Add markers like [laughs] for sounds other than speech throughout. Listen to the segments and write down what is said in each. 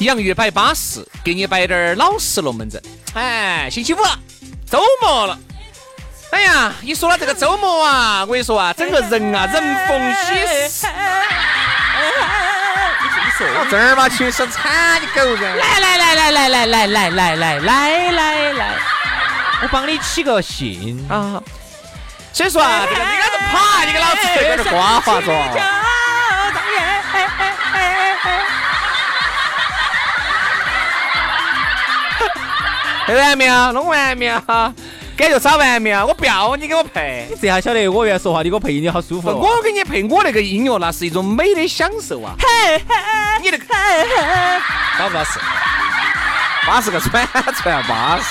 洋芋摆巴适，给你摆点儿老实龙门阵。哎，星期五了，周末了。哎呀，一说到这个周末啊，我跟你说啊，整个人啊，人逢喜事。我正儿八经是惨你狗人。来来来来来来来来来来来来来，我帮你起个兴啊。所以说啊，这个你该是爬，你给老子在这瓜啊法子。 [laughs] 配完没有？啊弄完没有？感觉找完没有？啊我不要你给我配。这下晓得我原来说话，你给我配音，你好舒服、哦。我给你配我那个音乐，那是一种美的享受啊！你那个巴不巴适？巴适个喘喘巴适！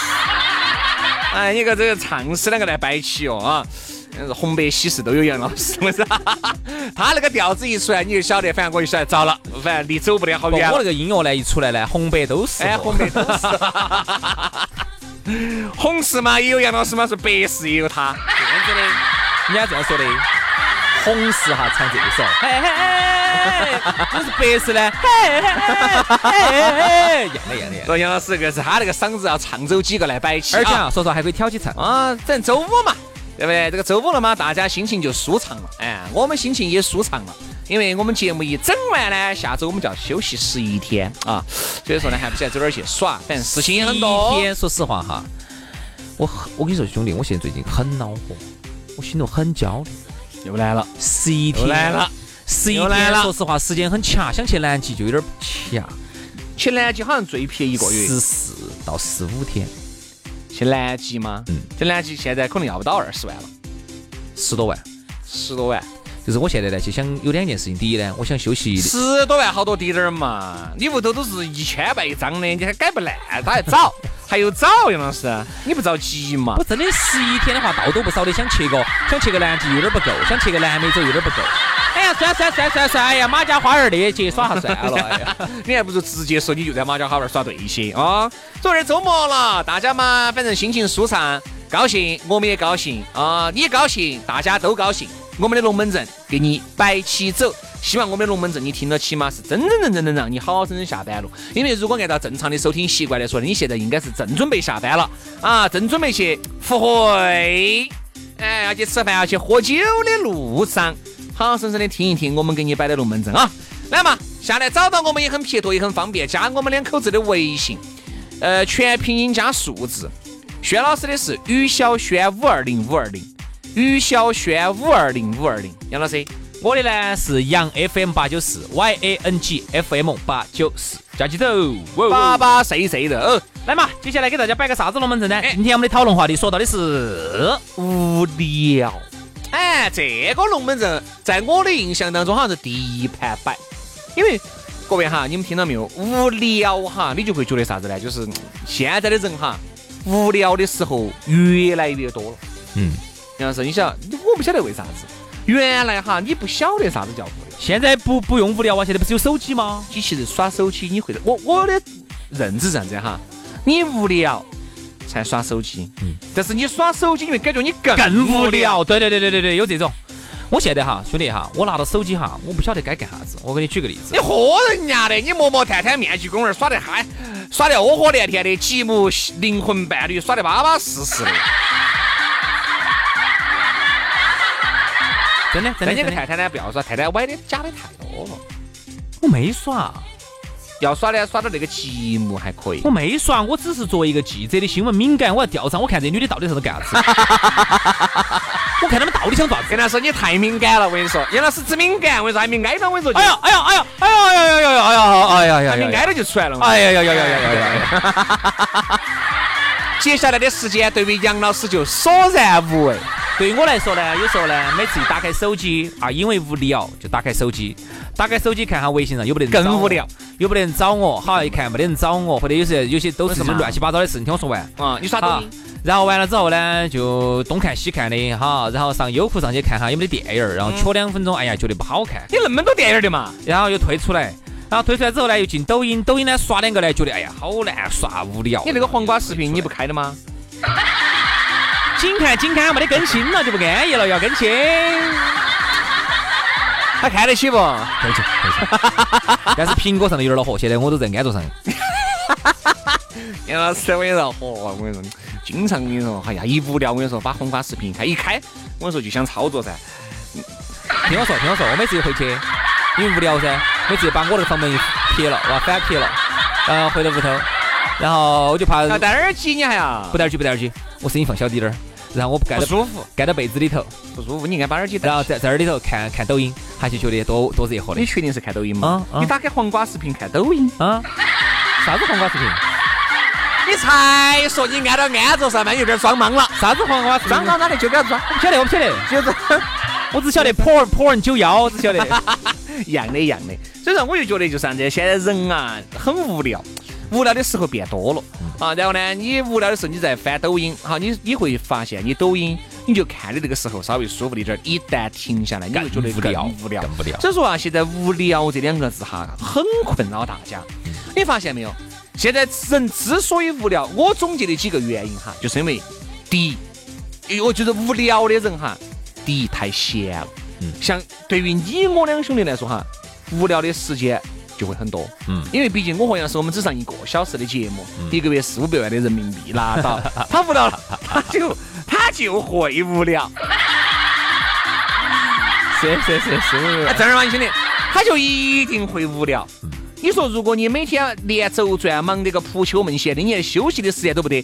哎，你个这个唱诗两个来摆起哦啊！红白喜事都有杨老师，我是 [laughs] 哈哈哈他那个调子一出来，你就晓得，反正我就晓得糟了，反正离走不得好不远我那了。啊个音乐呢一出来呢，红白都是。哎，红白都是。 [laughs] 红事嘛也有杨老师嘛，是白事也有他。这样子的，人家这样说的，红事哈唱这一首，嘿嘿嘿，那是白事呢，嘿嘿嘿，一样的一样的一样的。说杨老师这个是他那个嗓子要唱走几个来摆起、啊，而且啊，说实话还可以挑起唱。啊，正周五嘛，对不对？这个周五了嘛，大家心情就舒畅了，哎，我们心情也舒畅了，因为我们节目一整完呢，下周我们就要休息十一天啊，所以说呢，还不晓得走哪儿去耍，反正事情也很多。一天，说实话哈，我很我跟你说，兄弟，我现在最近很恼火，我心头很焦虑。又来了，十一又天来了，，十一又来天，了说实话时间很掐，想去南极就有点儿掐，去南极好像最便宜一个月，十四到十五天，去南极吗？嗯去南极现在可能要不到二十万了，十多万。十多万，就是我现在呢，就想有两件事情。第一呢，我想休息。十多万好多滴点儿嘛，你屋头都是一千万一张的，你还改不烂，他还早，还有早，杨老师，你不着急嘛我？真的十一天的话，到都不少的，想去个想去个南极有点不够，想去个南美洲有点不够。哎呀，算算算算算，哎呀，马家花园的去耍下 [laughs] 算了。哎呀，你还不如直接说你就在马家花园耍对些啊！昨天周末了，大家嘛，反正心情舒畅，高兴，我们也高兴啊，你也高兴，大家都高兴。我们的龙门阵给你摆起走，希望我们的龙门阵你听了起码是真真正正能让你好好生生下班了。因为如果按照正常的收听习惯来说，你现在应该是正准备下班了啊，正准备去赴会，哎，要去吃饭，要去喝酒的路上，好好生生的听一听我们给你摆的龙门阵啊。来嘛，下来找到我们也很撇脱，也很方便，加我们两口子的微信，呃，全拼音加数字。轩老师的是于小轩五二零五二零，于小轩五二零五二零。杨老师，我的呢是杨 FM 八九四 Y A N G F M 八九四，加起走。哦巴巴谁谁的哦，来嘛，接下来给大家摆个啥子龙门阵呢哎？今天我们的讨论话题说到的是无聊。哎，这个龙门阵在我的印象当中好像是第一盘摆，因为各位哈，你们听到没有？无聊哈，你就会觉得啥子呢？就是嗯现在的人哈，无聊的时候越来越多了。嗯，杨老师，你想，我不晓得为啥子。原来哈，你不晓得啥子叫无聊，现在不不用无聊啊，现在不是有手机吗？机器人耍手机，你会我我的认知是这样子的哈，你无聊才耍手机，但是你耍手机，你会感觉你更嗯更无聊。对对对对对对，有这种。我现在哈，兄弟哈，我拿到手机哈，我不晓得该干啥子。我给你举个例子你，喝哎人家的，你磨磨探探面具公园耍得嗨，耍得窝火连天的，极目灵魂伴侣耍得巴巴适适的，真的真但的你真个的。探探呢，不要耍，探探歪的假的太多了。我没耍，要耍呢，耍到那个节目还可以我。没耍，我只是作为一个记者的新闻敏感，我要调查，我看这女的到底是干啥子，我看他们到底想做啥子跟。他说你太敏感了，我跟你说，杨老师只敏感，我跟你说还没挨到，我跟你说就，哎呀哎呀哎呀哎呀哎呀哎呀哎呀哎呀哎呀！还没挨到就出来了。哎呀呀呀呀呀呀！哎接下来的时间对于杨老师就索然无味。对于我来说呢，有时候呢，每次一打开手机啊，因为无聊就打开手机，打开手机看下微信上有没得人找我更无聊，有没得人找我，好一看没得人找我，或者有时候有些都是为什么乱七八糟的事情，听我说完。啊，你耍抖好音，，然后完了之后呢，就东看西看的哈，然后上优酷上去看哈有没得电影儿，嗯然后瞧两分钟，哎呀觉得不好看，你那么多电影的嘛？然后又退出来，然后退出来之后呢又进抖音，抖音呢刷两个呢觉得哎呀好难刷无聊。你那个黄瓜视频你不开的吗？紧看紧看没得更新了就不安逸了，要更 [laughs] 新。还开得起不？可以去，可以去。但是苹果上的有点恼火，现在我都在安卓上。杨老师，我跟你说，嚯，我跟你说，经常跟你说，哎呀，一无聊，我跟你说，把黄瓜视频一开一开，我跟你说就想操作噻。听我说，听我说，我每次一回去，因为无聊噻，每次就把我的房门一撇了，哇，反撇了，然后回到屋头，然后我就怕要戴耳机你还要不？戴耳机，不戴耳机，我声音放小滴点儿，然后我盖不到舒服，盖到被子里头，不舒服，你应该把耳机戴然后起。在在这里头看看抖音，还是觉得多多热和的你确定是看抖音吗？啊啊你打开黄瓜视频看抖音，啊。啥子黄瓜视频？你才说你按到安卓上面有点装莽了，啥子黄瓜视频？装我到哪里就给他装，不晓得，我不晓得，就是。我只晓得 porn porn 九幺，我只 [laughs] 晓得。一样的，一样的。所以说，我就觉得就是啥子，现在人啊很无聊，无聊的时候变多了啊。然后呢，你无聊的时候你在翻抖音，好，你你会发现你抖音你就看的那个时候稍微舒服了一点儿，一旦停下来，你会觉得更无聊更无聊，更无聊所以说啊，现在无聊这两个字哈，很困扰大家。你发现没有？现在人之所以无聊，我总结的几个原因哈，就是因为第一，因为我觉得无聊的人哈，第一太闲了。像对于你我两兄弟来说哈，无聊的时间就会很多。嗯嗯，因为毕竟我和杨师我们只上一个小时的节目，一个月四五百万的人民币拿到，他无聊了，他就他就会无聊。是是是是哎，。正儿八经的，他就一定会无聊。嗯你说，如果你每天连轴转忙这个扑球门闲的，你连休息的时间都不得，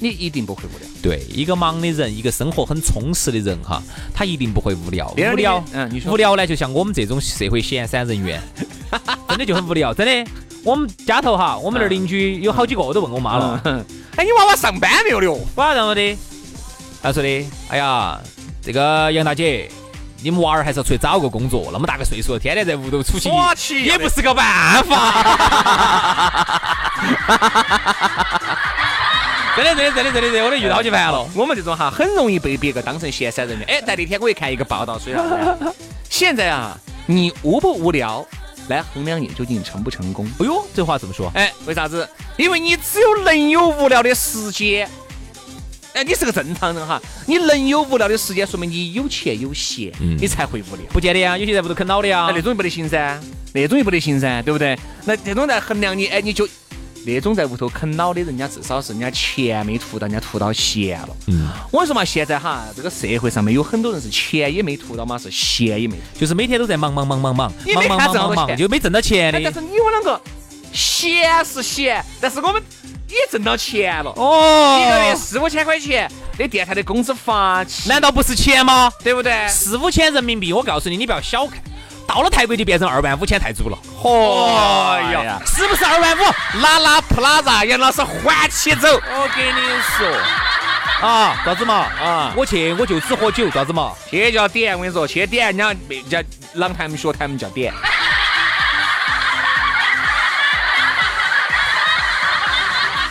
你一定不会无聊。对，一个忙的人，一个生活很充实的人哈，他一定不会无聊。别人无聊，嗯你说无聊呢，就像我们这种社会闲散人员，真的就很无聊，真的。我们家头哈，我们那儿邻居有好几个都问我妈了，哎，你娃娃上班没有哦了？我让我的，他说的，哎呀，这个杨大姐，你们娃儿还是要出去找个工作，那么大个岁数了，天天在屋头出去，我去也不是个办 [laughs] 法。真的，真的，真的，真的，真的，我都遇到好几烦了。我们这种哈，很容易被别个当成闲散人员。哎，在那天我也看一个报道，说啥子啊？ [laughs] 现在啊，你无不无聊，来衡量你究竟成不成功。哎呦，这话怎么说？哎，为啥子？因为你只有能有无聊的时间。哎，你是个正常人哈，你能有无聊的时间，说明你有钱有闲，嗯啊你才会无聊。哎不见得呀，有些在屋头啃老的呀那。那种也不得行噻，那种也不得行噻，对不对？那这种在衡量你，哎，你就那种在屋头啃老的，人家至少是人家钱没图到，人家图到闲了。嗯，我跟你说嘛，现在哈，这个社会上面有很多人是钱也没图到嘛，是闲也没图。就是每天都在忙忙忙忙忙你忙没忙看忙挣好忙多忙，钱就没挣到钱哎，但的是。你我两个闲是闲，但是我们也挣到钱了。哦一个月四五千块钱，那电台的工资发起，难道不是钱吗？对不对？四五千人民币，我告诉你，你不要小看，到了泰国就变成二万五千泰铢了，哎嚯哎呀！是不是二万五？拉拉普拉扎，杨老师还起走我跟你说啊，啥子嘛啊！我去，我就只喝酒，啥子嘛？去叫点，我跟你说，去点人家人家朗他们学他们叫点。 [laughs]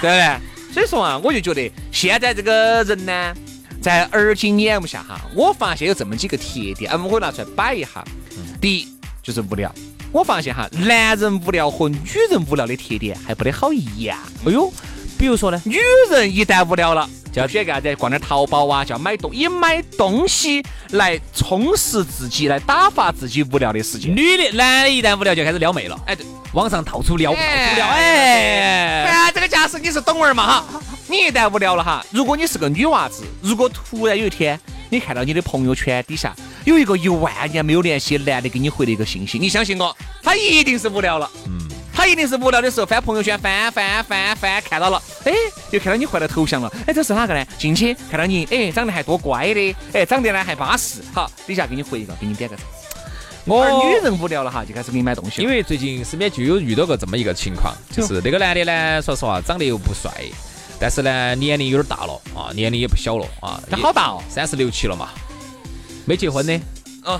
对不对？所以说啊，我就觉得现在这个人呢，在耳今眼目下哈，我发现有这么几个特点，啊，我会拿出来摆一下。嗯第一就是无聊，我发现哈，男人无聊和女人无聊的特点还不得好一样。哎呦，比如说呢，女人一旦无聊了，就叫要选干啥子？逛点淘宝啊，就要买东，以买东西来充实自己，来打发自己无聊的时间。女的、男的一旦无聊就开始撩妹了，哎，对，网上到处撩，到处撩，哎哎，哎，这个架势你是懂儿嘛哈？你一旦无聊了哈，如果你是个女娃子，如果突然有一天你看到你的朋友圈底下有一个一万年没有联系的男的给你回了一个信息，你相信我，他一定是无聊了。嗯，他一定是无聊的时候翻朋友圈，翻翻翻翻，看到了，哎，又看到你换了头像了，哎，这是哪个呢？进去看到你，哎，长得还多乖的，哎，长得呢还巴适，好，底下给你回一个，给你点个赞。我而女人无聊了哈，就开始给你买东西了。因为最近身边就有遇到过这么一个情况，就是那个男的呢，说实话长得又不帅，但是呢年龄有点大了啊，年龄也不小了啊，他好大哦，三十六七了嘛，没结婚的，哦，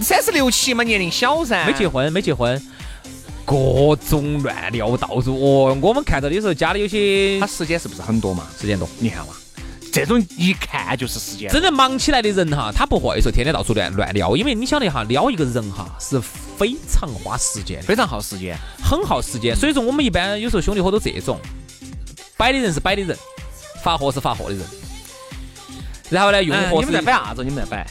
三十六七嘛，年龄小噻，没结婚，没结婚，各种乱聊到处哦。我们看到的时候，家里有些他时间是不是很多嘛？时间多，你看嘛，这种一看就是时间。真正忙起来的人哈，他不会说天天到处乱乱聊，因为你晓得哈，撩一个人哈是非常花时间的，非常耗时间，很耗时间。所以说我们一般有时候兄弟伙都这种，摆的人是摆的人，发货是发货的人。然后呢，用嗯货你是们在摆啥子？你们在摆？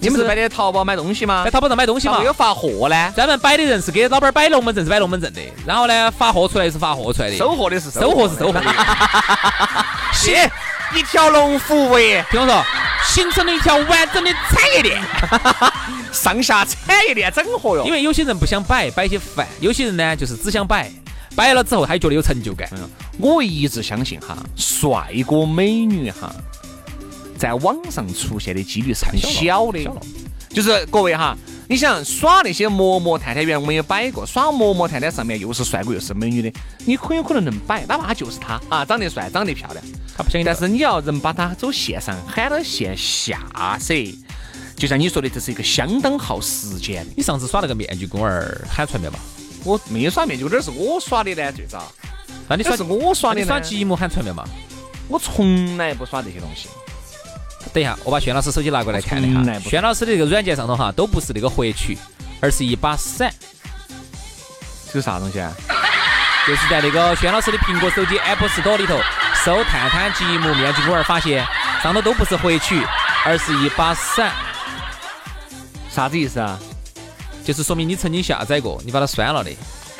你们是摆的淘宝买东西吗在？淘宝上买东西咋嘛啊没。有发货呢？专门摆的人是给老板摆龙门阵，是摆龙门阵的。然后呢，发货出来是发货出来的，收货的是收货是收货的。谢一条龙服务业，听我说，形成了一条完整的产业链。上下产业链整合哟。因为为有些人不想摆，摆一些烦；有些人呢，就是只想摆，摆了之后他就觉得有成就感。嗯我一直相信哈，帅哥美女哈，在网上出现的几率是很小的。就是各位哈，你想耍那些嬷嬷探探员，我们也摆过，耍嬷嬷探探上面又是帅哥又是美女的，你很有可能能摆，哪怕他就是他啊，长得帅，长得漂亮。他不相信，但但是是你要能把它走线上喊到线下噻，就像你说的，这是一个相当耗时间的。你上次耍那个面具公儿喊出来没有嘛？我没耍面具，这是我耍的呢，最早。那啊你这耍是我耍那的你呢耍积木喊出来没有嘛？我从来不耍这些东西。等一下，我把轩老师手机拿过来看了一我从下来，不轩老师的这个软件上头哈，都不是那个获取，而是一把伞，这是啥东西啊？就是在那个轩老师的苹果手机 App Store 里头搜“探探积木面具公儿”，发现上头都不是获取，而是一把伞。啥子意思啊？就是说明你曾经下载过，你把它删了的，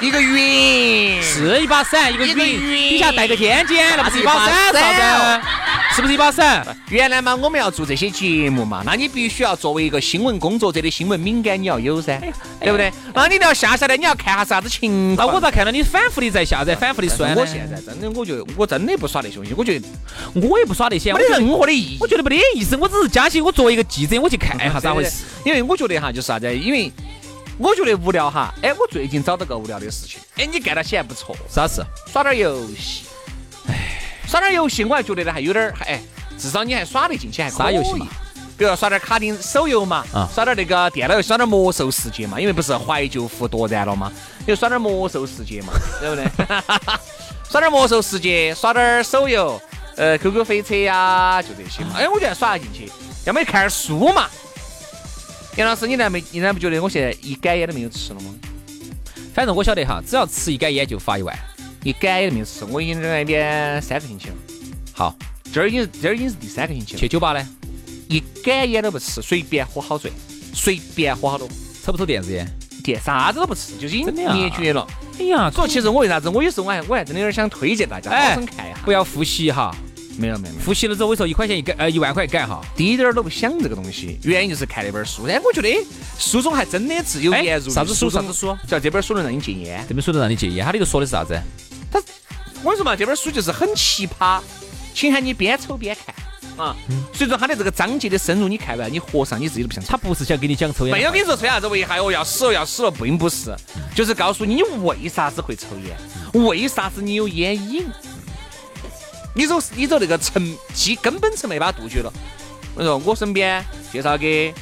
一个云是一把伞，一个一云，个云底下带个尖尖，那不是一那把是一伞，把哦啥伞子？是不是一把伞？原来嘛，我们要做这些节目嘛，那你必须要作为一个新闻工作者的新闻敏感，你要有哎噻，对不对？那你要下下来，你要看下啥子情那况。我咋看到你反复的在下载，反复的但删是呢？我现在真的，我就我真的不耍那些东西，我觉得我也不耍那些，我没觉得得任何的意义哎我。觉得没得意思，我只是加起我作为一个记者，我去看一下咋回事。因为我觉得哈，就是啥子？因为我觉得无聊哈，哎，我最近找到个无聊的事情，哎，你干到起还不错，啥事？耍点游戏，哎，耍点游戏，我还觉得呢还有点儿，还哎，至少你还耍得进去，还可以啥游戏嘛？比如耍点卡丁手游嘛，啊耍点那个电脑游戏，耍点魔兽世界嘛，因为不是怀旧服夺燃了嘛，又耍点魔兽世界 [laughs] 嘛，对不对？ [laughs] 耍点魔兽世界，耍点手游，呃，QQ 飞车呀、就这些啊嘛。哎，我觉得耍得进去，要么就看点书嘛。杨老师，你难没你难不觉得我现在一杆烟都没有吃了吗？反正我晓得哈，只要吃一杆烟就罚一万。一杆烟都没有吃，我已经在那边三个星期了。好，这儿已经这儿已经是第三个星期了，去酒吧呢，一杆烟都不吃，随便喝好醉，随便喝好多，抽不抽电子烟？点啥子都不吃，就是已经真的啊灭绝了。哎呀，所以其实我为啥子，我有时候我还我还真的有点想推荐大家，哎好生看一下。不要复吸哈，没有没有没有，复吸了之后我跟你说一块钱一杆，呃一万块一杆哈。滴点儿都不想这个东西，原因就是看那本书。哎，我觉得哎书中还真的是有哎言入啥子书啥子书？叫这本书能让你戒烟。这本书都让你戒烟，他那个说的是啥子？我跟你说嘛，这本书就是很奇葩，请喊你边抽边看啊。所以说它的这个章节的深入，你看完你合上你自己都不想抽。他不是想给你讲抽烟的没话。有跟你说吹啥子危害哦，要死了要死了，并不是，就是告诉你你为啥子会抽烟，为啥子你有烟瘾，你走你走那个层基根本层没把它杜绝了。我说我身边介绍给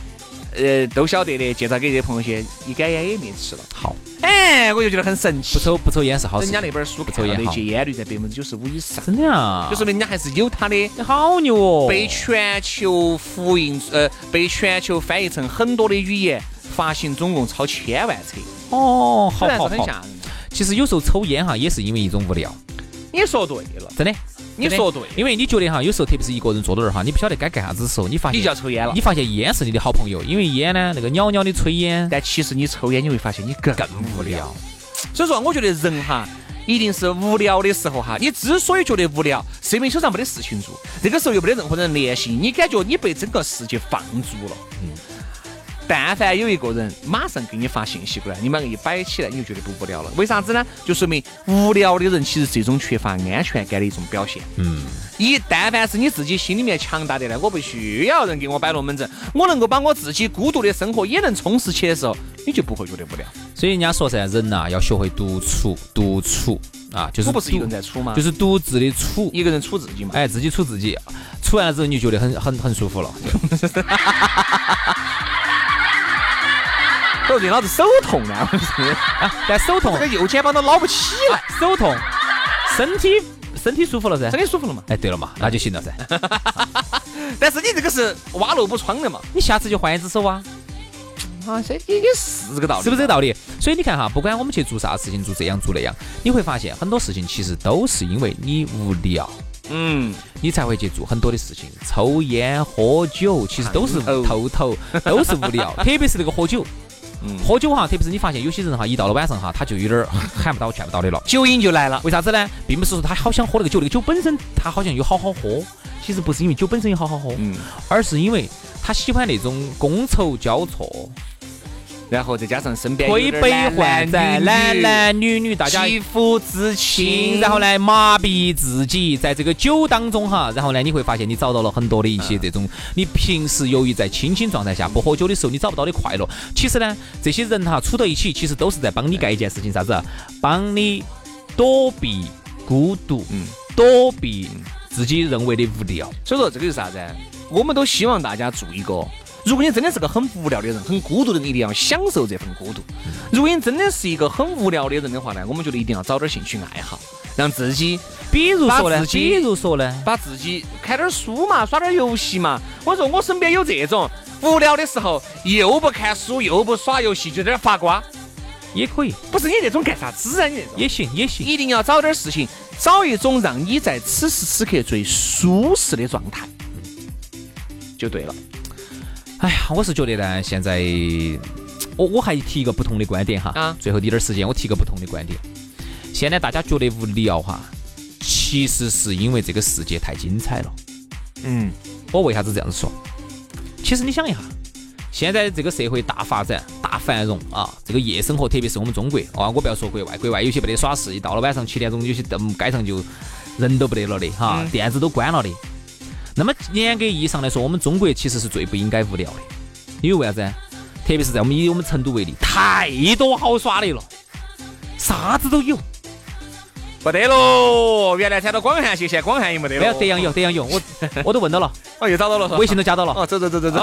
呃都晓得的，介绍给这些朋友些，一杆烟也没吃了。好，哎，我就觉得很神奇不。抽不抽烟是好事情。人家那本书不抽看烟到的好戒烟率在百分之九十五以上，真的啊，就说明人家还是有他的。你好牛哦！被全球复印呃被全球翻译成很多的语言，发行总共超千万册，哦，好虽然好是很好。吓人的。其实有时候抽烟哈，也是因为一种无聊，你说对了，真的。你真的说对了因为你觉得哈，有时候特别是一个人坐到那儿哈，你不晓得该干啥子的时候，你发现你就要抽烟了你。发现烟是你的好朋友，因为烟呢，那个袅袅的炊烟但其实你抽烟，你会发现你更更无聊。聊。所以说，我觉得人哈，一定是无聊的时候哈，你之所以觉得无聊，是因为手上没得事情做，这个时候又没得任何人联系，你感觉你被整个世界放逐了。但凡有一个人马上给你发信息过来，你们两个一摆起来，你就觉得不无聊了。为啥子呢？就说明无聊的人其实是一种缺乏安全感的一种表现。嗯，一但凡是你自己心里面强大的呢，我不需要人给我摆龙门阵，我能够把我自己孤独的生活也能充实起的时候，你就不会觉得无聊。所以人家说噻，人呐、要学会独处，独处啊，就是我不是一个人独在处吗就是独自的处，一个人处自己嘛，哎，自己处自己，处完了之后你就觉得很很很舒 [laughs] 服了。我说老子手啊痛呢，我是但手痛 [laughs] 这，个右肩膀都捞不起了，手痛，身体身体舒服了噻真。的舒服了嘛？哎，对了嘛，那就行了噻。但是你这个是挖萝卜窗的嘛？你下次就换一只手啊，啊，这也也是这个道理，是不是这个道理？所以你看哈，不管我们去做啥事情，做这样做那样，你会发现很多事情其实都是因为你无聊。嗯，你才会去做很多的事情，抽烟、喝酒，其实都是烫头头头，都是无聊。特别是那个喝酒，嗯喝酒哈，特别是你发现有些人哈，一到了晚上哈，他就有点儿 [laughs] 喊不到、劝不到的了。酒瘾就来了。为啥子呢？并不是说他好想喝那个酒，那个酒本身他好像又好好喝，其实不是因为酒本身有好好喝，嗯，而是因为他喜欢那种觥筹交错、然后再加上身边推杯换盏、男男女女，大家肌肤之亲，然后？来麻痹自己，在这个酒当中哈，然后呢，你会发现你找到了很多的一些这种，你平时由于在清醒状态下不喝酒的时候，你找不到的快乐。其实呢，这些人哈处到一起，其实都是在帮你干一件事情，啥子？啊帮你躲避孤独，嗯躲避自己认为的无聊。所以说这个就是啥子？我们都希望大家做一个。如果你真的是个很无聊的人，很孤独的人，一定要享受这份孤独。如果你真的是一个很无聊的人的话呢，我们觉得一定要找点兴趣爱好，让自己比如说把呢，自己比如说呢，把自己看点书嘛，耍点游戏嘛。我说我身边有这种无聊的时候，又不看书又不耍游戏，就在那儿发瓜。也可以，不是你那种干啥子啊？你那种也行，也行。一定要找点事情，找一种让你在此时此刻最舒适的状态，就对了。哎呀，我是觉得呢，现在我我还提一个不同的观点哈，啊最后滴点儿时间，我提个不同的观点。现在大家觉得无聊哈，其实是因为这个世界太精彩了。嗯，我为啥子这样说？其实你想一下，现在这个社会大发展、大繁荣啊，这个夜生活，特别是我们中国啊，我不要说国外，国外有些没得耍事，一到了晚上七点钟，有些嗯街上就人都不得了的哈，嗯店子都关了的。那么严格意义上来说，我们中国其实是最不应该无聊的，因为为啥子呢？特别是在我们以我们成都为例，太多好耍的了，啥子都有。没得喽，原来参到广汉去，现在广汉也没得没有德阳有，德阳有，我我都问到了，哦，又找到了，微信都加到了。[laughs] [laughs] 哦，走走走走走。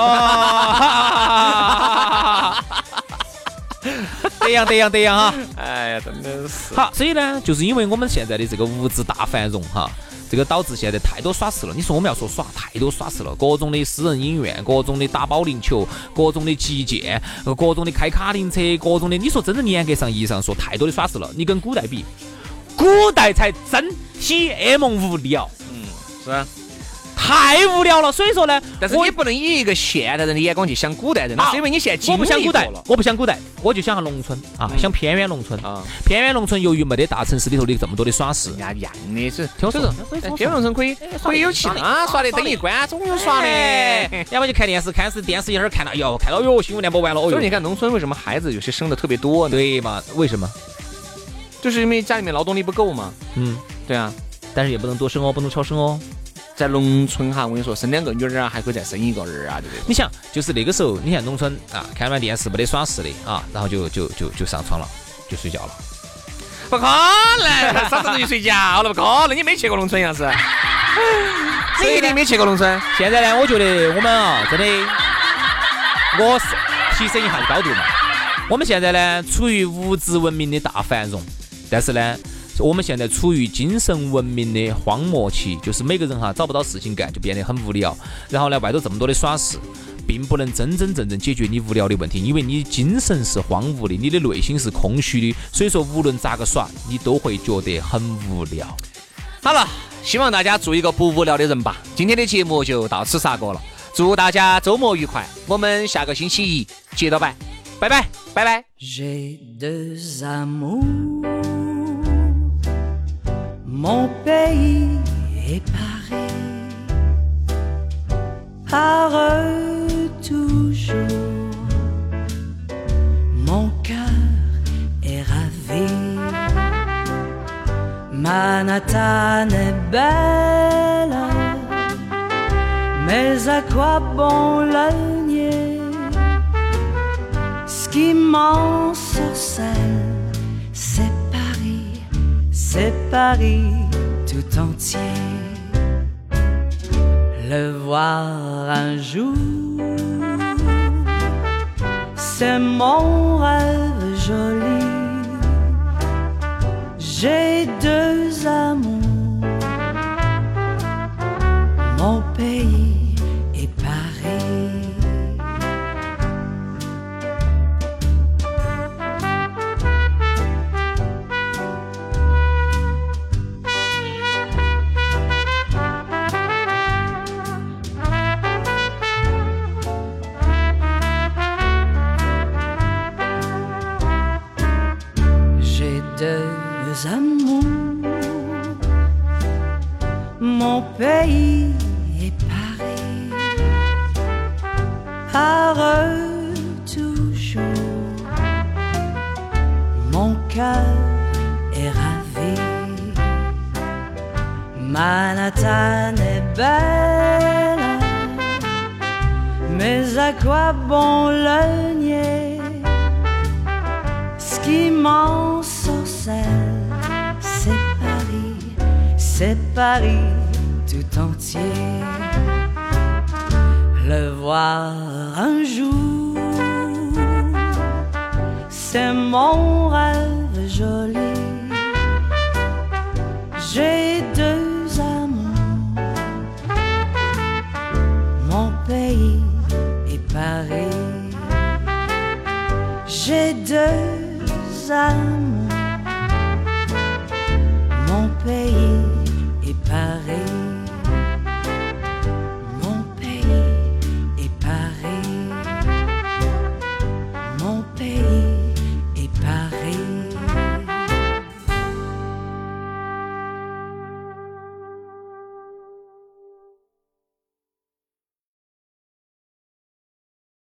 德阳德阳德阳哈。哎呀，真的是。好，所以呢，就是因为我们现在的这个物质大繁荣哈，这个导致现在太多耍事了。你说我们要说耍，太多耍事了，各种的私人影院，各种的打保龄球，各种的击剑，呃各种的开卡丁车，各种的，你说真正严格上意义上说，太多的耍事了。你跟古代比，古代才真 T M 无聊，嗯，是啊。太无聊了。所以说呢，但是我你不能以一个现代人的眼光去想古代人，那啊是因为你现在经我不想历古代过了，嗯我不想古代，我就想下农村啊，想偏远农村。啊，偏远农村由于没得大城市里头的这么多的耍事人，家一样的是。听我说，哎偏农村可以可以有气氛啊，耍的灯一关，总有耍的。哎要不就看电视，看是电视一会儿看到，哟，看到哟，新闻联播完了，哦 [laughs] 所以你哟，看农村为什么孩子有些生的特别多呢？对嘛？为什么？就是因为家里面劳动力不够嘛。嗯，对啊，但是也不能多生哦，不能超生哦。在农村哈，我跟你说，生两个女儿啊，还可以再生一个儿啊，对不对？你想，就是那个时候，你看农村啊，看完电视没得耍事的啊，然后就就就就上床了，就睡觉了。不可能，啥时候去睡觉了？不可能，你没去过农村样 [laughs] 子？你一定没去过农村。现在呢，我觉得我们啊，真的，我是提升一下高度嘛。我们现在呢，处于物质文明的大繁荣，但是呢，我们现在处于精神文明的荒漠期，就是每个人哈找不到事情干，就变得很无聊。然后呢，外头这么多的耍事，并不能真真正正解决你无聊的问题，因为你精神是荒芜的，你的内心是空虚的。所以说，无论咋个耍，你都会觉得很无聊。好了，希望大家做一个不无聊的人吧。今天的节目就到此杀过了，祝大家周末愉快。我们下个星期一接着摆，拜拜，拜拜。 J'ai deux amours, mon pays est Paris, Pareux toujours, Manhattan est belle, mais à quoi bon la nier Ce qui m'ensorcelle, c'est Paris, c'est Paris tout entier. Le voir un jour, c'est mon rêve joli. J'ai deux amours, mon pays et Paris. J'ai deux amours, mon pays et Paris. Par eux toujours, mon cœur est ravi. Manhattan est belle, mais à quoi bon le nier ce qui m'ensorcelle, c'est Paris, c'est Paris tout entier. Le voir un jour, c'est mon rêve joli. J'ai deux amours, mon pays et Paris. J'ai deux âmes, mon pays et Paris. Mon pays et Paris. Mon pays